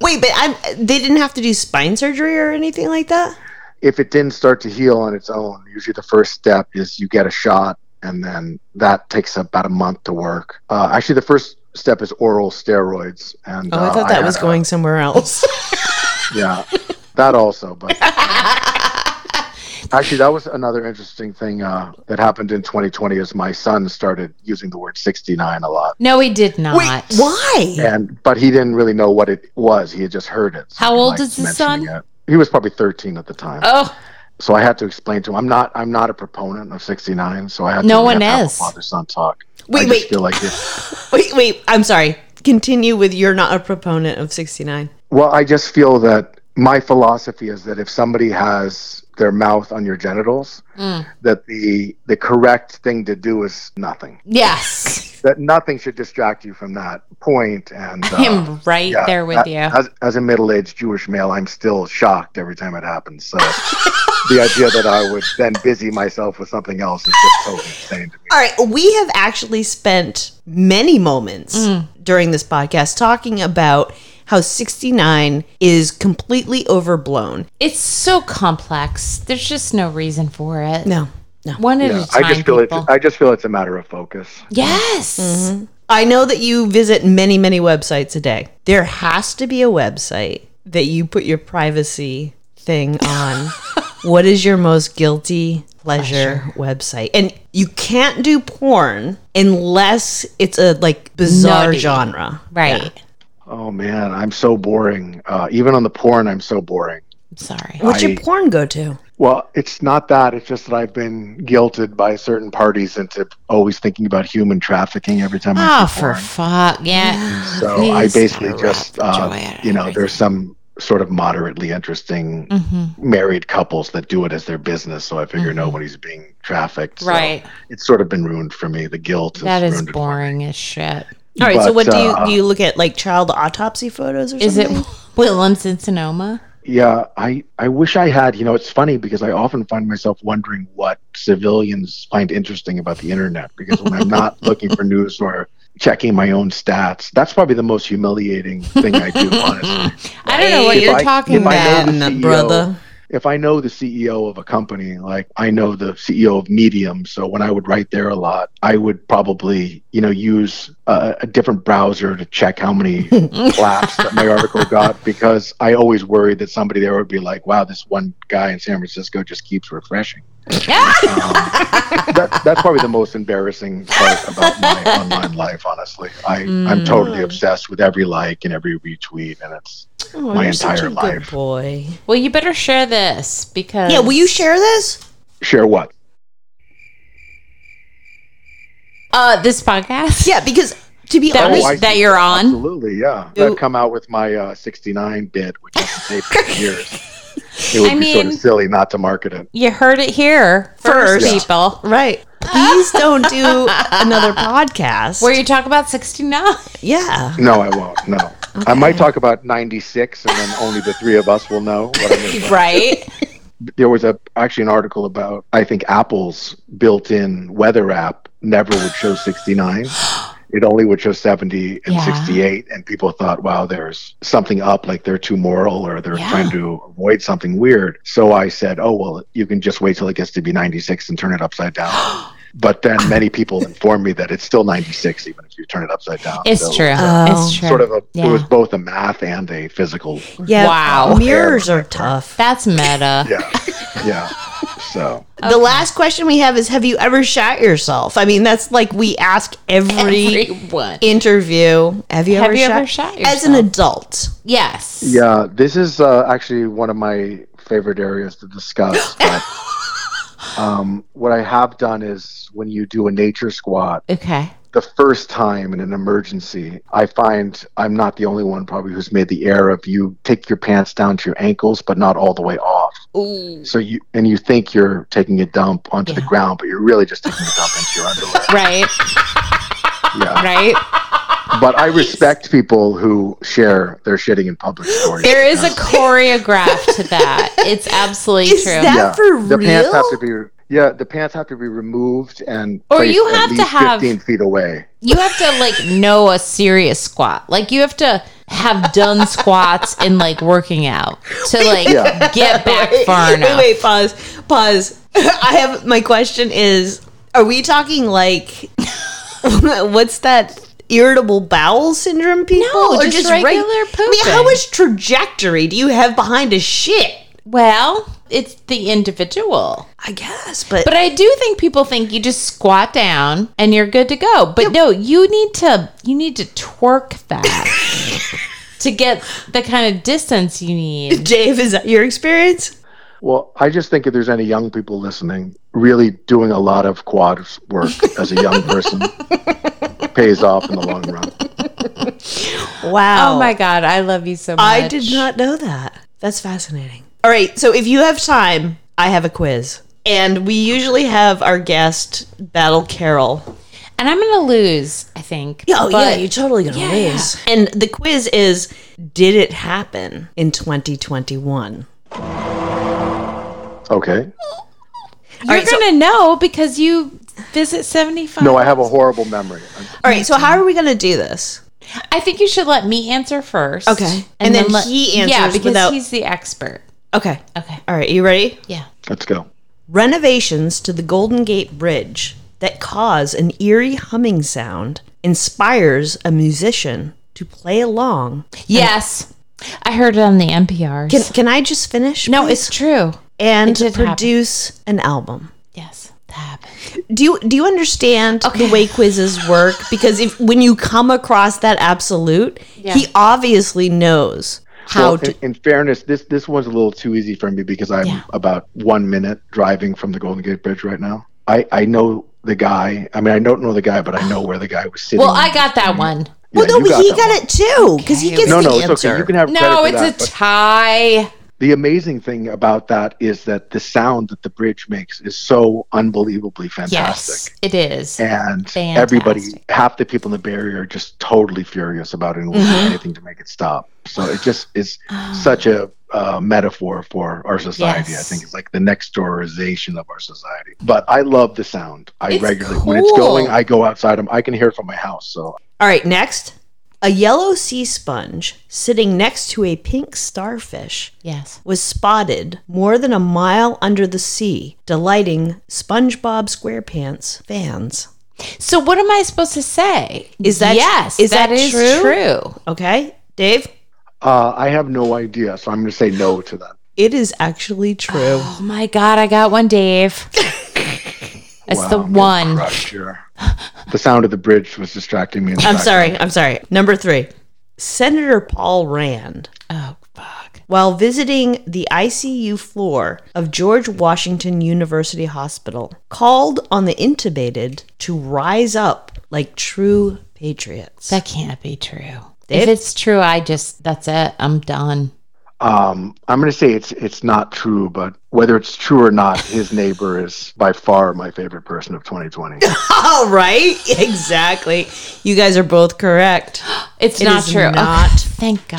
Speaker 2: Wait, but I'm, they didn't have to do spine surgery or anything like that?
Speaker 3: If it didn't start to heal on its own, usually the first step is you get a shot, and then that takes about a month to work. Uh, actually, the first step is oral steroids. And
Speaker 2: Oh, I
Speaker 3: uh,
Speaker 2: thought that
Speaker 3: had
Speaker 2: was
Speaker 3: a-
Speaker 2: going somewhere else.
Speaker 3: [LAUGHS] Yeah, that also. But actually, that was another interesting thing uh, that happened in 2020 is my son started using the word 69 a lot.
Speaker 1: No, he did not.
Speaker 2: [LAUGHS] Wait, why?
Speaker 3: and but he didn't really know what it was. He had just heard it. So
Speaker 1: How
Speaker 3: he
Speaker 1: old
Speaker 3: liked
Speaker 1: is the
Speaker 3: mentioning
Speaker 1: son?
Speaker 3: it. He was probably 13 at the time.
Speaker 1: Oh,
Speaker 3: So I had to explain to him. I'm not. I'm not a proponent of 69. So I had.
Speaker 1: No
Speaker 3: to, we
Speaker 1: one
Speaker 3: have to have a
Speaker 1: is.
Speaker 3: Father-son talk.
Speaker 2: Wait,
Speaker 3: I just
Speaker 2: wait.
Speaker 3: Feel like it,
Speaker 2: Wait, wait. I'm sorry. Continue with you're not a proponent of 69.
Speaker 3: well, I just feel that my philosophy is that if somebody has their mouth on your genitals,
Speaker 1: Mm.
Speaker 3: that the the correct thing to do is nothing. [LAUGHS]
Speaker 1: yes.
Speaker 3: That nothing should distract you from that
Speaker 1: [LAUGHS]
Speaker 3: point. And uh,
Speaker 1: I am right
Speaker 3: yeah,
Speaker 1: there with
Speaker 3: a-
Speaker 1: you.
Speaker 3: As, as a middle-aged Jewish male, I'm still shocked every time it happens. So [LAUGHS] the idea that I would then busy myself with something else is just totally insane to me.
Speaker 2: All right. We have actually spent many moments during this podcast talking about how 69 is completely overblown.
Speaker 1: it's so complex. There's just no reason for it.
Speaker 2: No, no.
Speaker 1: One at
Speaker 3: Yeah,
Speaker 1: a time.
Speaker 3: I just feel
Speaker 1: people.
Speaker 3: it's I just feel it's a matter of focus.
Speaker 1: yes.
Speaker 2: Mm-hmm. I know that you visit many, many websites a day. There has to be a website that you put your privacy thing [LAUGHS] on. what is your most guilty pleasure, website? And you can't do porn unless it's a like bizarre
Speaker 1: Nutty.
Speaker 2: genre.
Speaker 1: Right.
Speaker 3: Oh man, I'm so boring. Uh, even on the porn, I'm so boring.
Speaker 1: I'm sorry.
Speaker 2: What's
Speaker 3: I-
Speaker 2: your porn go to?
Speaker 3: Well, it's not that. It's just that I've been guilted by certain parties into always thinking about human trafficking every time I
Speaker 1: Oh,
Speaker 3: see
Speaker 1: for
Speaker 3: porn.
Speaker 1: fuck. Yeah.
Speaker 3: So I
Speaker 1: Please
Speaker 3: basically
Speaker 1: interrupt
Speaker 3: just,
Speaker 1: joy out
Speaker 3: uh,
Speaker 1: of
Speaker 3: you know, there's some sort of moderately interesting
Speaker 1: Mm-hmm.
Speaker 3: married couples that do it as their business. So I figure nobody's being trafficked. So
Speaker 1: Right.
Speaker 3: It's sort of been ruined for me. The guilt. has
Speaker 1: That is
Speaker 3: ruined it.
Speaker 1: boring as shit.
Speaker 2: All right, so
Speaker 3: But,
Speaker 2: what do you
Speaker 3: uh,
Speaker 2: do? You look at like child autopsy photos or
Speaker 1: Is it
Speaker 2: something?
Speaker 1: [LAUGHS] Willems in Sonoma?
Speaker 3: Yeah, I, I wish I had. You know, it's funny because I often find myself wondering what civilians find interesting about the internet because when
Speaker 1: [LAUGHS]
Speaker 3: I'm not looking for news or checking my own stats, that's probably the most humiliating thing I do, honestly.
Speaker 1: I don't know what
Speaker 2: If
Speaker 1: you're
Speaker 3: I-
Speaker 1: talking
Speaker 3: if I
Speaker 1: about. [LAUGHS]
Speaker 3: know the E
Speaker 2: Nah,
Speaker 3: CEO,
Speaker 2: brother.
Speaker 3: if I know the CEO of a company, like I know the CEO of Medium, so when I would write there a lot, I would probably, you know, use a, a different browser to check how many
Speaker 2: [LAUGHS]
Speaker 3: laps that my article got because I always worried that somebody there would be like, wow, this one guy in San Francisco just keeps refreshing. That, that's probably the most embarrassing part about my online life, honestly. I, I'm
Speaker 2: Mm.
Speaker 3: totally obsessed with every like and every retweet, and it's
Speaker 2: Oh,
Speaker 3: my
Speaker 2: you're such
Speaker 3: entire
Speaker 2: a
Speaker 3: life.
Speaker 2: good boy.
Speaker 1: well, you better share this because
Speaker 2: Yeah, will you share this?
Speaker 3: Share what?
Speaker 1: uh, this podcast?
Speaker 2: Yeah, because to be
Speaker 1: that,
Speaker 3: Oh,
Speaker 1: was-
Speaker 2: honest,
Speaker 3: I
Speaker 1: that
Speaker 3: see.
Speaker 1: you're on.
Speaker 3: Absolutely, yeah.
Speaker 2: You-
Speaker 3: I've come out with my uh, 69 bid, which I've been taping for years.
Speaker 1: [LAUGHS]
Speaker 3: It would
Speaker 1: I
Speaker 3: be sort of
Speaker 1: mean-
Speaker 3: silly not to market it.
Speaker 1: You heard it here first,
Speaker 2: First.
Speaker 1: people.
Speaker 2: right? Please don't do
Speaker 1: [LAUGHS]
Speaker 2: another podcast.
Speaker 1: Where you talk about 69.
Speaker 2: yeah,
Speaker 3: No, I won't. No. I might talk about 96, and then only the three of us will know what I'm gonna-
Speaker 1: [LAUGHS] right?
Speaker 3: there was a actually an article about I think Apple's built-in weather app never would
Speaker 1: [GASPS]
Speaker 3: show 69. It only would show 70 and
Speaker 1: Yeah.
Speaker 3: 68, and people thought, "Wow, there's something up. Like they're too moral, or they're
Speaker 1: Yeah.
Speaker 3: trying to avoid something weird." So I said, "Oh well, you can just wait till it gets to be 96 and turn it
Speaker 1: [GASPS]
Speaker 3: upside down." but then many people informed me that it's still 96 even if you turn it upside down.
Speaker 1: It's
Speaker 3: So
Speaker 1: true.
Speaker 2: Oh.
Speaker 1: it's true.
Speaker 3: Sort of a,
Speaker 1: Yeah.
Speaker 3: it was both a math and
Speaker 1: [LAUGHS]
Speaker 3: a physical.
Speaker 2: yeah.
Speaker 1: Wow.
Speaker 2: mirrors are tough.
Speaker 1: That's meta.
Speaker 3: [LAUGHS] Yeah, yeah. So.
Speaker 2: The last question we have is: Have you ever shot yourself? I mean, that's like we ask every,
Speaker 1: Everyone.
Speaker 2: interview. Have you
Speaker 1: Have
Speaker 2: ever
Speaker 1: you
Speaker 2: shot
Speaker 1: ever shot
Speaker 2: as an
Speaker 1: yourself?
Speaker 2: adult?
Speaker 1: Yes.
Speaker 3: Yeah, this is uh, actually one of my favorite areas to
Speaker 1: [LAUGHS]
Speaker 3: discuss. But, um, what I have done is when you do a nature squat,
Speaker 1: Okay.
Speaker 3: the first time in an emergency, I find I'm not the only one probably who's made the error of you take your pants down to your ankles, but not all the way off.
Speaker 1: Ooh.
Speaker 3: So you and you think you're taking a dump onto the
Speaker 1: Yeah.
Speaker 3: ground, but you're really just taking a dump into
Speaker 1: [LAUGHS]
Speaker 3: your underwear.
Speaker 1: Right.
Speaker 3: Yeah.
Speaker 1: Right.
Speaker 3: But I respect people who share their shitting in public stories.
Speaker 1: There is a choreograph to that. It's absolutely
Speaker 2: Is
Speaker 1: true.
Speaker 2: that- for
Speaker 3: the pants
Speaker 2: real?
Speaker 3: have to be yeah the pants have to be removed and
Speaker 1: Or
Speaker 3: placed
Speaker 1: you
Speaker 3: at
Speaker 1: have to
Speaker 3: least
Speaker 1: have-
Speaker 3: 15 feet away
Speaker 1: you have to like know a serious squat. Like you have to have done squats and like working out to like
Speaker 3: Yeah.
Speaker 1: get back
Speaker 2: Wait,
Speaker 1: far
Speaker 2: wait,
Speaker 1: enough.
Speaker 2: wait, pause, pause. [LAUGHS] I have my question is: Are we talking like [LAUGHS] what's that irritable bowel syndrome people?
Speaker 1: No, just
Speaker 2: reg-
Speaker 1: regular
Speaker 2: I mean, how
Speaker 1: pooping.
Speaker 2: much trajectory do you have behind a shit?
Speaker 1: Well, it's the individual.
Speaker 2: I guess, but,
Speaker 1: But I do think people think you just squat down and you're good to go. But no, you need to you need to twerk that
Speaker 2: [LAUGHS]
Speaker 1: to get the kind of distance you need.
Speaker 2: Dave, is that your experience?
Speaker 3: well i just think if there's any young people listening really doing a lot of quad work as a
Speaker 2: [LAUGHS]
Speaker 3: young person pays off in the long run
Speaker 2: Wow.
Speaker 1: Oh my god, I love you so much.
Speaker 2: I did not know that. That's fascinating. All right, so if you have time, I have a quiz. And we usually have our guest battle Carol
Speaker 1: And I'm gonna lose, I think.
Speaker 2: Oh yeah,
Speaker 1: But
Speaker 2: you're totally gonna
Speaker 1: Yeah,
Speaker 2: lose. And the quiz is: Did it happen in 2021?
Speaker 3: okay
Speaker 1: you're
Speaker 2: right, so-
Speaker 1: gonna know because you visit 75.
Speaker 3: no i have a horrible memory
Speaker 2: All right, so how are we gonna do this?
Speaker 1: I think you should let me answer first.
Speaker 2: Okay. And then he
Speaker 1: Yeah,
Speaker 2: answers
Speaker 1: because
Speaker 2: without-
Speaker 1: he's the expert.
Speaker 2: Okay.
Speaker 1: Okay.
Speaker 2: All right, you ready?
Speaker 1: Yeah.
Speaker 3: let's go
Speaker 2: Renovations to the Golden Gate Bridge that cause an eerie humming sound inspires a musician to play along.
Speaker 1: Yes. I heard it on the NPRs.
Speaker 2: Can, can I just finish?
Speaker 1: no,
Speaker 2: please?
Speaker 1: it's true.
Speaker 2: and
Speaker 1: did happen.
Speaker 2: produce an album.
Speaker 1: Yes, that happened.
Speaker 2: Do you do you understand the way quizzes work? Because if when you come across that absolute, he obviously knows how
Speaker 3: well,
Speaker 2: to.
Speaker 3: in, in fairness this this one's a little too easy for me because i'm
Speaker 1: Yeah.
Speaker 3: about one minute driving from the golden gate bridge right now i i know the guy i mean i don't know the guy but i know where the guy was sitting
Speaker 1: Well, I got that one.
Speaker 3: Yeah,
Speaker 2: well, no,
Speaker 3: you
Speaker 2: but he
Speaker 3: that
Speaker 2: got
Speaker 3: one.
Speaker 2: it too because he gets
Speaker 3: no,
Speaker 2: the
Speaker 3: no,
Speaker 2: answer.
Speaker 3: it's okay. You can have credit
Speaker 1: No,
Speaker 3: for
Speaker 1: it's
Speaker 3: that,
Speaker 1: a
Speaker 3: but
Speaker 1: tie.
Speaker 3: the amazing thing about that is that the sound that the bridge makes is so unbelievably
Speaker 1: Yes,
Speaker 3: fantastic.
Speaker 1: it is.
Speaker 3: And
Speaker 1: Fantastic.
Speaker 3: everybody, half the people in the Bay Area are just totally furious about it and will do
Speaker 1: Mm-hmm.
Speaker 3: anything to make it stop. So it just is
Speaker 1: Ah.
Speaker 3: such a uh, metaphor for our society. I
Speaker 1: Yes.
Speaker 3: think it's like the next doorization of our society. But I love the sound. I
Speaker 1: It's
Speaker 3: regularly, when it's going,
Speaker 1: cool.
Speaker 3: I go outside. i I can hear it from my house. So
Speaker 2: All right, next. A yellow sea sponge sitting next to a pink starfish
Speaker 1: Yes.
Speaker 2: was spotted more than a mile under the sea, delighting SpongeBob SquarePants fans.
Speaker 1: So what am I supposed to say?
Speaker 2: Is that-
Speaker 1: yes?
Speaker 2: is that
Speaker 1: that is
Speaker 2: true?
Speaker 1: true?
Speaker 2: Okay, Dave,
Speaker 3: Uh, I have no idea, so I'm going to say no to that.
Speaker 2: it is actually true.
Speaker 1: Oh my god, I got one,
Speaker 3: [LAUGHS]
Speaker 1: Dave. That's the one.
Speaker 3: Crushed here. The sound of the bridge was distracting me. in the
Speaker 2: I'm
Speaker 3: background.
Speaker 2: sorry, I'm sorry. Number three, Senator Paul Rand.
Speaker 1: Oh fuck.
Speaker 2: While visiting the ICU floor of George Washington University Hospital, called on the intubated to rise up like true patriots.
Speaker 1: That can't be true.
Speaker 2: Dave?
Speaker 1: If it's true, I just that's it. I'm done.
Speaker 3: Um, I'm going to say it's it's not true, but whether it's true or not, his neighbor is by far my favorite person of 2020.
Speaker 2: [LAUGHS] All right, exactly. You guys are both correct.
Speaker 1: It's
Speaker 2: It
Speaker 1: not
Speaker 2: is
Speaker 1: true. Okay, [LAUGHS]
Speaker 2: not
Speaker 1: Thank God.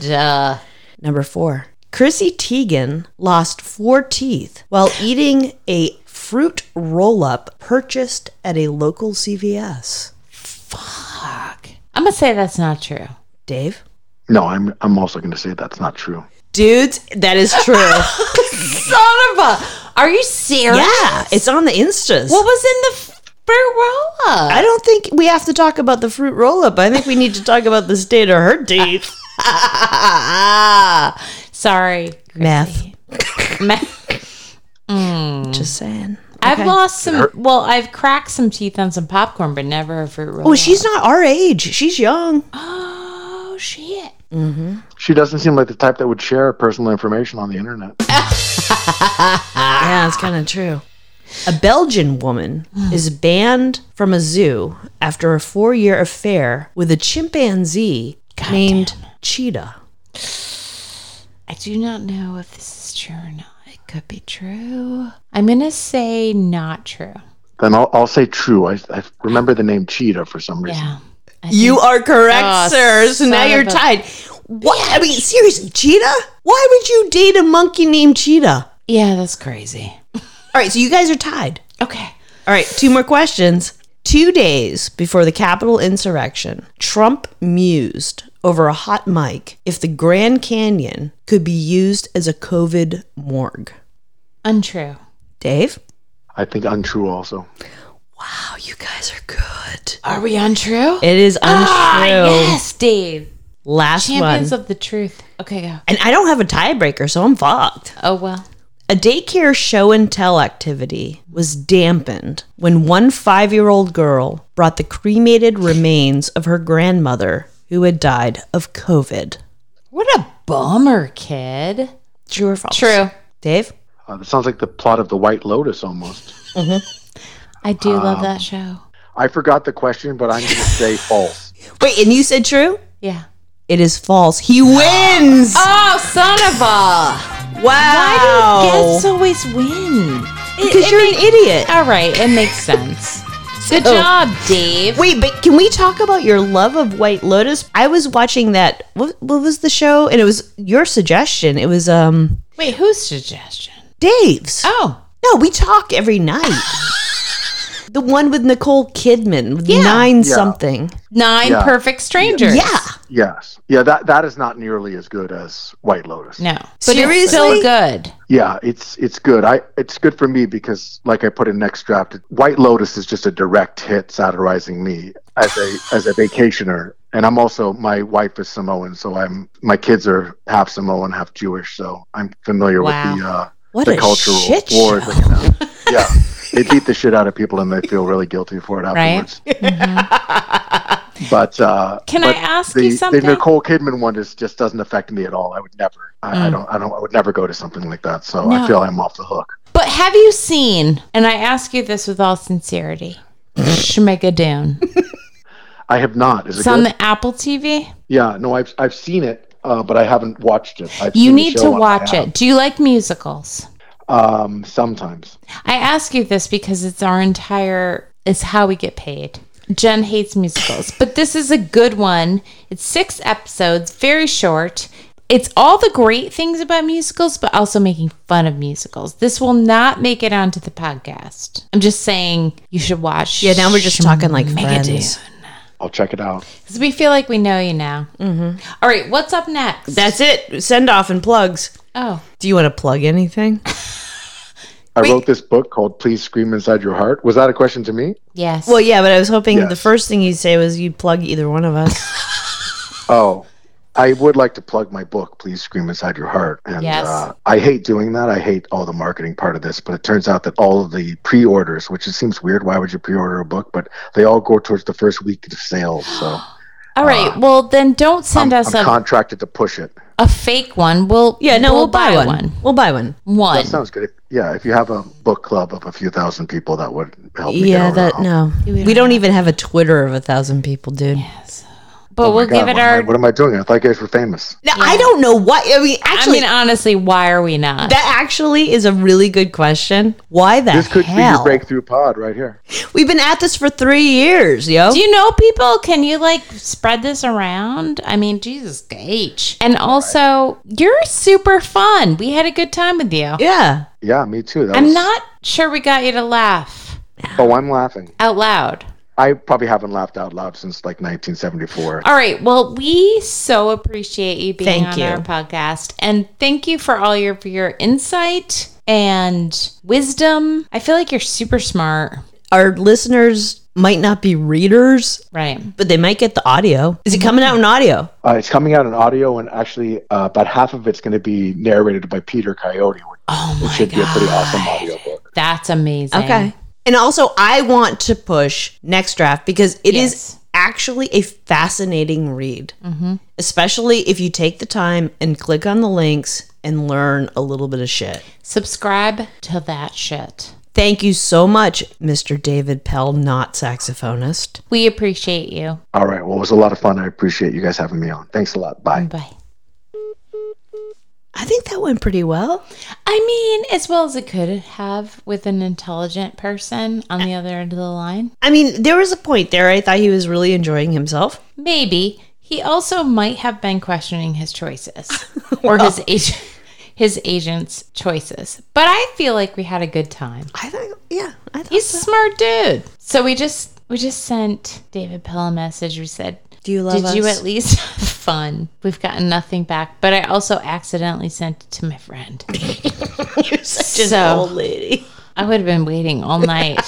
Speaker 2: true.
Speaker 1: Uh,
Speaker 2: [GASPS] Number four, Chrissy Teigen lost four teeth [GASPS] while eating a fruit roll up purchased at a local CVS.
Speaker 1: fuck. I'm gonna say that's not true.
Speaker 2: Dave?
Speaker 3: no, I'm I'm also going to say that's not true.
Speaker 2: Dudes, that is [LAUGHS] true.
Speaker 1: Son of a. Are you serious?
Speaker 2: yeah, it's on the Instas.
Speaker 1: What was in the f- fruit roll up?
Speaker 2: I don't think we have to talk about the fruit roll up. I think we need to talk about the state of her teeth.
Speaker 1: [LAUGHS] Sorry. [LAUGHS]
Speaker 2: Meth.
Speaker 1: Meth.
Speaker 2: Just saying.
Speaker 1: I've lost some. Well, I've cracked some teeth on some popcorn, but never a fruit roll.
Speaker 2: Well, she's not our age. She's young.
Speaker 1: Oh [GASPS] shit.
Speaker 3: She doesn't seem like the type that would share personal information on the internet.
Speaker 2: Yeah, it's kind of true. A Belgian woman is banned from a zoo after a four year affair with a chimpanzee named Cheetah.
Speaker 1: I do not know if this is true or not. It could be true. I'm gonna say not true.
Speaker 3: Then I'll, I'll say true. I, I remember the name Cheetah for some reason.
Speaker 1: Yeah. I
Speaker 2: You are correct,
Speaker 1: Oh,
Speaker 2: sir. So
Speaker 1: son
Speaker 2: now you're
Speaker 1: of a
Speaker 2: tied. What? I mean, seriously, Cheetah? Why would you date a monkey named Cheetah?
Speaker 1: Yeah, that's crazy.
Speaker 2: All right, so you guys are tied.
Speaker 1: Okay.
Speaker 2: All right, two more questions. Two days before the Capitol insurrection, Trump mused over a hot mic if the Grand Canyon could be used as a COVID morgue.
Speaker 1: Untrue.
Speaker 2: Dave?
Speaker 3: I think untrue also.
Speaker 2: Wow, you guys are good.
Speaker 1: Are we untrue?
Speaker 2: It is untrue.
Speaker 1: Ah, yes, Dave.
Speaker 2: Last
Speaker 1: Champions
Speaker 2: one.
Speaker 1: of the truth. Okay, go.
Speaker 2: and I don't have a tiebreaker, so I'm fucked.
Speaker 1: Oh well.
Speaker 2: A daycare show and tell activity was dampened when one five year old girl brought the cremated remains of her grandmother who had died of COVID.
Speaker 1: What a bummer, kid.
Speaker 2: True or false?
Speaker 1: True.
Speaker 2: Dave?
Speaker 3: Uh, that sounds like the plot of The White Lotus almost.
Speaker 1: I do love that show.
Speaker 3: I forgot the question, but I'm going to say [LAUGHS] false.
Speaker 2: Wait, and you said true?
Speaker 1: Yeah.
Speaker 2: It is false. He wins!
Speaker 1: Oh, son of a!
Speaker 2: wow!
Speaker 1: Guests always win. It-
Speaker 2: Because
Speaker 1: it
Speaker 2: you're
Speaker 1: make-
Speaker 2: an idiot.
Speaker 1: All right, it makes sense. Good
Speaker 2: So-
Speaker 1: job, Dave.
Speaker 2: Wait, but can we talk about your love of White Lotus? I was watching that. What, what was the show? And it was your suggestion. It was um
Speaker 1: Wait, whose suggestion?
Speaker 2: Dave's.
Speaker 1: Oh,
Speaker 2: No, we talk every [LAUGHS] night. the one with Nicole Kidman, with nine something.
Speaker 1: nine
Speaker 3: Yeah.
Speaker 1: perfect strangers.
Speaker 2: Yeah.
Speaker 3: Yes. Yeah, that that is not nearly as good as White Lotus.
Speaker 1: No, but it's
Speaker 2: Seriously?
Speaker 1: still good.
Speaker 3: Yeah, it's it's good. I it's good for me because like I put in next draft, White Lotus is just a direct hit satirizing me as a as a vacationer. And I'm also my wife is Samoan, so I'm my kids are half Samoan, half Jewish, so I'm familiar
Speaker 1: Wow.
Speaker 3: with the uh
Speaker 2: What
Speaker 3: the
Speaker 2: a
Speaker 3: cultural
Speaker 2: shit
Speaker 3: war.
Speaker 2: show.
Speaker 3: Yeah.
Speaker 2: [LAUGHS]
Speaker 3: They beat the shit out of people and they feel really guilty for it afterwards. But uh,
Speaker 1: Can
Speaker 3: but
Speaker 1: I ask
Speaker 3: the,
Speaker 1: you
Speaker 3: the
Speaker 1: something?
Speaker 3: Nicole Kidman one is, just doesn't affect me at all. I would never. I, I don't. I don't. I would never go to something like that. So I
Speaker 1: Mm. No.
Speaker 3: feel I'm off the hook.
Speaker 1: But have you seen? And I ask you this with all sincerity. Schmigadoon.
Speaker 3: I have not. Is it
Speaker 1: It's on
Speaker 3: good?
Speaker 1: the Apple TV.
Speaker 3: Yeah. No. I've I've seen it, uh, but I haven't watched it. I've
Speaker 1: You
Speaker 3: seen the
Speaker 1: need
Speaker 3: show
Speaker 1: to
Speaker 3: on my
Speaker 1: watch
Speaker 3: app.
Speaker 1: it. Do you like musicals?
Speaker 3: Um. Sometimes.
Speaker 1: I ask you this because it's our entire it's how we get paid. Jen hates musicals, but this is a good one. It's 6 episodes, very short. It's all the great things about musicals but also making fun of musicals. This will not make it onto the podcast. I'm just saying you should watch.
Speaker 2: Yeah, now we're just talking like friends.
Speaker 3: I'll check it out.
Speaker 1: Because we feel like we know you now. Mm-hmm. All right, what's up next?
Speaker 2: That's it. Send off and plugs.
Speaker 1: oh,
Speaker 2: Do you want to plug anything?
Speaker 3: I
Speaker 1: Wait.
Speaker 3: wrote this book called Please Scream Inside Your Heart. Was that a question to me?
Speaker 1: yes.
Speaker 2: [LAUGHS] Well, yeah, but I was hoping the
Speaker 3: Yes.
Speaker 2: first thing you'd say was you'd plug either one of [LAUGHS] us.
Speaker 3: Oh, I would like to plug my book, Please Scream Inside Your Heart. And
Speaker 1: Yes.
Speaker 3: uh, I hate doing that. I hate all the marketing part of this, but it turns out that all of the pre orders, which it seems weird, why would you pre order a book? But they all go towards the first week of sales.
Speaker 1: [GASPS]
Speaker 3: So
Speaker 1: All right.
Speaker 2: uh,
Speaker 1: well, then don't
Speaker 3: I'm,
Speaker 1: send us
Speaker 3: I'm
Speaker 1: a,
Speaker 3: contracted to push it.
Speaker 1: a fake one. We'll
Speaker 2: Yeah, no, we'll, buy, one. We'll buy one.
Speaker 1: One.
Speaker 3: That sounds good. If, yeah, if you have a book club of a few thousand people, that would help me.
Speaker 2: Yeah,
Speaker 3: get over the
Speaker 2: that
Speaker 3: hump. Oh
Speaker 2: no.
Speaker 1: don't
Speaker 2: We don't even have a Twitter of a thousand people, dude.
Speaker 1: but
Speaker 3: Oh my
Speaker 1: we'll
Speaker 3: God,
Speaker 1: give it
Speaker 3: what am I-
Speaker 1: our.
Speaker 3: What am I doing? I thought you guys were famous.
Speaker 2: No, I don't know what. I mean, uh,
Speaker 1: I
Speaker 2: actually,
Speaker 1: mean, honestly, why are we not?
Speaker 2: that actually is a really good question. Why the
Speaker 3: This could be
Speaker 2: hell?
Speaker 3: your breakthrough pod right here.
Speaker 2: We've been at this for three years, yo.
Speaker 1: do you know people? Can you like spread this around? I mean, Jesus H. And also, you're super fun. We had a good time with you.
Speaker 2: yeah.
Speaker 3: Yeah, me too. That
Speaker 1: I'm
Speaker 3: was-
Speaker 1: not sure we got you to laugh
Speaker 3: Oh, I'm laughing.
Speaker 1: out loud.
Speaker 3: I probably haven't laughed out loud since like 1974.
Speaker 1: All right. Well, we so appreciate you being
Speaker 2: Thank
Speaker 1: on
Speaker 2: you.
Speaker 1: our podcast. And thank you for all your for your insight and wisdom. I feel like you're super smart.
Speaker 2: Our listeners might not be readers,
Speaker 1: Right.
Speaker 2: but they might get the audio. Is it coming out in audio?
Speaker 3: Uh, it's coming out in audio, and actually, uh, about half of it's going to be narrated by Peter Coyote, which
Speaker 1: Oh my
Speaker 3: should be a
Speaker 1: god.
Speaker 3: pretty awesome audiobook.
Speaker 1: That's amazing.
Speaker 2: Okay. And also, I want to push Next Draft because it is
Speaker 1: Yes.
Speaker 2: actually a fascinating read, especially if you take the time and click on the links and learn a little bit of shit.
Speaker 1: Subscribe to that shit.
Speaker 2: Thank you so much, Mr. David Pell, not saxophonist.
Speaker 1: We appreciate you.
Speaker 3: All right. Well, it was a lot of fun. I appreciate you guys having me on. Thanks a lot. Bye.
Speaker 1: Bye.
Speaker 2: I think that went pretty well.
Speaker 1: I mean, as well as it could have with an intelligent person on the other end of the line.
Speaker 2: I mean, there was a point there. I thought he was really enjoying himself.
Speaker 1: Maybe he also might have been questioning his
Speaker 2: [LAUGHS]
Speaker 1: choices or his age, his agent's choices. But I feel like we had a good time.
Speaker 2: I thought, yeah, I thought.
Speaker 1: He's a smart dude. So we just we just sent David Pell a message. We said,
Speaker 2: Do you love
Speaker 1: "Did you
Speaker 2: us?"
Speaker 1: at least have fun?" We've gotten nothing back, but I also accidentally sent it to my friend.
Speaker 2: You're such an
Speaker 1: So-
Speaker 2: old lady.
Speaker 1: I would have been waiting all
Speaker 2: [LAUGHS]
Speaker 1: night.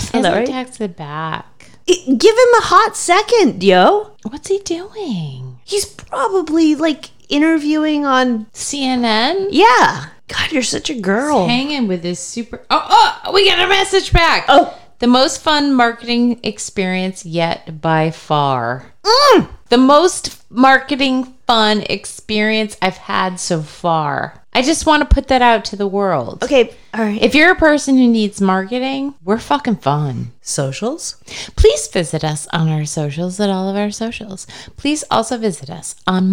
Speaker 1: He hasn't
Speaker 2: right?
Speaker 1: texted back.
Speaker 2: It- give him a hot second, yo.
Speaker 1: What's he doing?
Speaker 2: He's probably like interviewing on.
Speaker 1: CNN?
Speaker 2: Yeah. God, you're such a girl.
Speaker 1: hanging with this super. Oh, oh, we got a message back.
Speaker 2: Oh.
Speaker 1: The most fun marketing experience yet by far.
Speaker 2: Mm.
Speaker 1: The most marketing fun experience I've had so far. I just want to put that out to the world.
Speaker 2: Okay. All right.
Speaker 1: If you're a person who needs marketing, we're fucking fun.
Speaker 2: Socials. [LAUGHS]
Speaker 1: Please visit us on our socials at all of our socials. Please also visit us on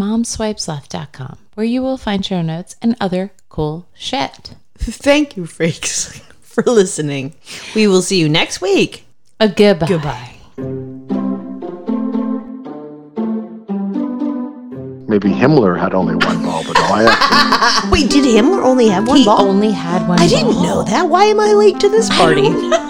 Speaker 1: momswipesleft.com where you will find show notes and other cool shit.
Speaker 2: Thank you, freaks, [LAUGHS] for listening. We will see you next week.
Speaker 1: A goodbye.
Speaker 2: Goodbye.
Speaker 3: Maybe Himmler had only one ball, but oh, all I have
Speaker 2: Wait, did Himmler only have one
Speaker 1: He
Speaker 2: ball?
Speaker 1: only had one.
Speaker 2: I didn't know that. Why am I late to this party?
Speaker 1: know.